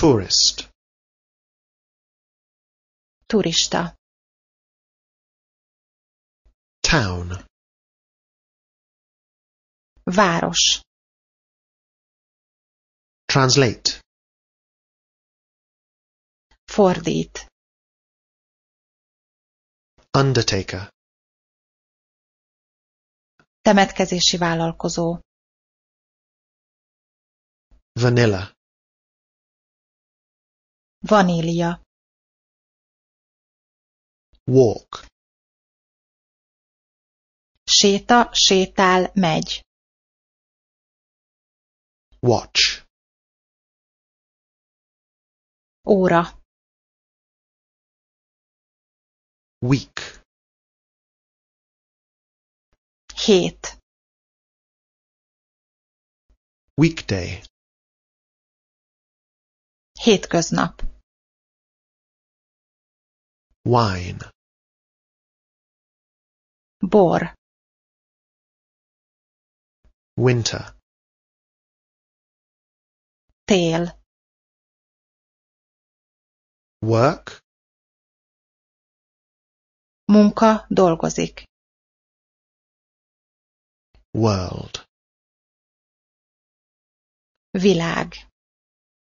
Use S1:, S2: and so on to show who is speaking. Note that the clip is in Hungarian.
S1: tourist
S2: turista,
S1: town
S2: város,
S1: translate
S2: fordít,
S1: undertaker
S2: temetkezési vállalkozó,
S1: vanilla
S2: vanília,
S1: walk
S2: séta, sétál, megy,
S1: watch
S2: óra,
S1: week
S2: hét,
S1: weekday
S2: hétköznap,
S1: wine
S2: bor,
S1: winter
S2: tél,
S1: work
S2: munka, dolgozik,
S1: world
S2: világ,